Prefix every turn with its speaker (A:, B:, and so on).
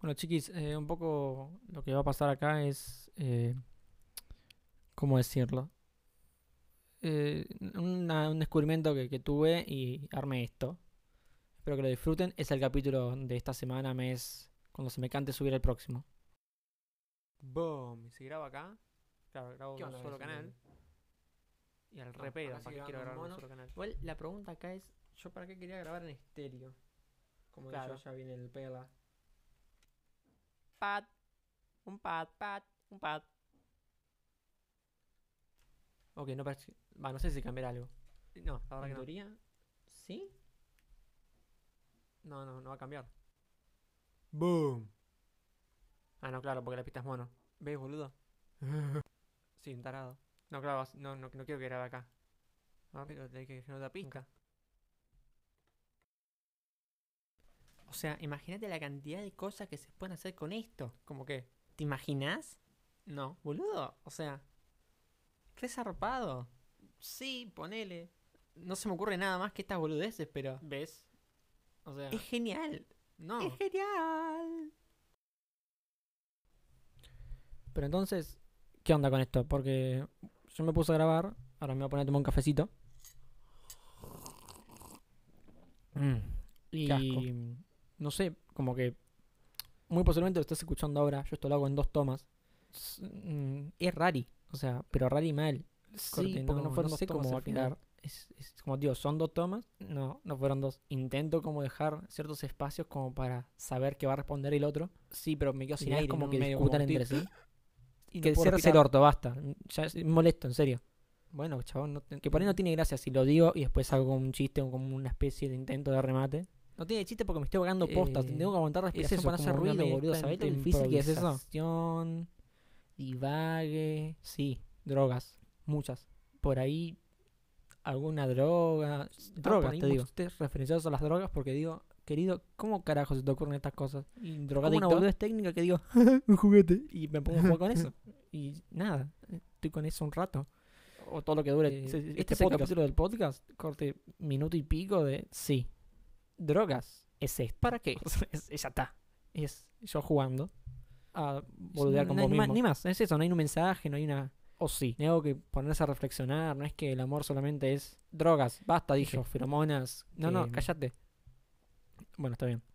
A: Bueno, chiquis, eh, un poco lo que va a pasar acá es. eh, ¿Cómo decirlo? Eh, una- un descubrimiento que, que tuve y armé esto. Espero que lo disfruten. Es el capítulo de esta semana, mes. Cuando se me cante subir el próximo. Boom. Se graba acá. Claro, grabo
B: ¿Qué
A: en un
B: onda
A: solo
B: con eso,
A: canal.
B: boludo?
A: Y al repero,
B: acá
A: ¿para
B: sí
A: qué quiero grabar en
B: grabando
A: un
B: mono.
A: solo canal?
B: Igual la pregunta acá es, ¿yo para qué quería grabar en estéreo? Como que
A: Claro.
B: yo ya viene el pela.
A: Pat. Un pat, pat, un pat. Ok, no parece. Va, no sé si cambiará algo. No, la
B: En
A: verdad que no.
B: teoría, ¿sí?
A: No, no, no va a cambiar. ¡Boom! Ah, no, claro, porque la pista es mono. ¿Ves, boludo? sí, un tarado. No, claro, vas- no, no, no quiero que grabe acá. Ah, pero tenés que generar otra pista.
B: O sea, imagínate la cantidad de cosas que se pueden hacer con esto.
A: ¿Cómo qué?
B: ¿Te imaginas?
A: No.
B: Boludo, o sea, re zarpado. Sí, ponele. No se me ocurre nada más que estas boludeces, pero
A: ¿Ves? O sea,
B: es genial.
A: Ah. no.
B: Es genial.
A: Pero entonces, ¿qué onda con esto? Porque yo me puse a grabar, ahora me voy a poner a tomar un cafecito. Mm, y no sé, como que muy posiblemente lo estés escuchando ahora, yo esto lo hago en dos tomas. S- mm, Es rari, o sea, pero rari mal.
B: Sí, porque no, fueron dos
A: sé
B: tomas
A: cómo va
B: al
A: a
B: final.
A: quedar. Es, es como digo, son dos tomas, no, no fueron dos. Intento como dejar ciertos espacios como para saber qué va a responder el otro. Sí, pero me quedo sin
B: Mirá,
A: aire,
B: es
A: como
B: como
A: que
B: que
A: discutan
B: discutan
A: entre
B: entre
A: sí.
B: Y no
A: Que
B: puedo
A: cierres el
B: respirar.
A: orto, basta. Ya es molesto, en serio.
B: Bueno, chabón, no te-
A: Que por ahí no tiene gracia si lo digo y después hago como un chiste o como una especie de intento de remate. No tiene chiste porque me estoy ahogando posta.
B: Eh,
A: tengo que aguantar respiración
B: eso,
A: para no hacer
B: como una
A: ruido,
B: mezcla
A: boludo. ¿Sabés lo
B: entre
A: difícil que es eso?
B: improvisación,
A: Divague. Sí, drogas. Muchas. Por ahí, alguna droga. ah,
B: por
A: Drogas,
B: ahí
A: te digo.
B: vos
A: Ustedes referenciados a las drogas porque digo, querido, ¿cómo carajo se te ocurren estas cosas?
B: Y
A: Como una
B: drogadicto.
A: boludez técnica que digo, un juguete. Y me pongo a jugar con eso. Y nada, estoy con eso un rato. O todo lo que dure.
B: Eh,
A: este
B: este
A: este es el
B: podcast.
A: capítulo del podcast. Corte minuto y pico de. Sí. Drogas. Es esto. ¿Para qué? es, es- ya está. Es yo jugando. A boludear
B: no-
A: con
B: no
A: vos
B: hay ma-
A: mismo.
B: ni
A: más. Es eso. No hay un mensaje, no hay una. O sí. Tengo que ponerse a reflexionar. No es que el amor solamente es drogas. Basta, dije.
B: Dije.
A: Feromonas. No, no,
B: Que-
A: cállate. Bueno, está bien.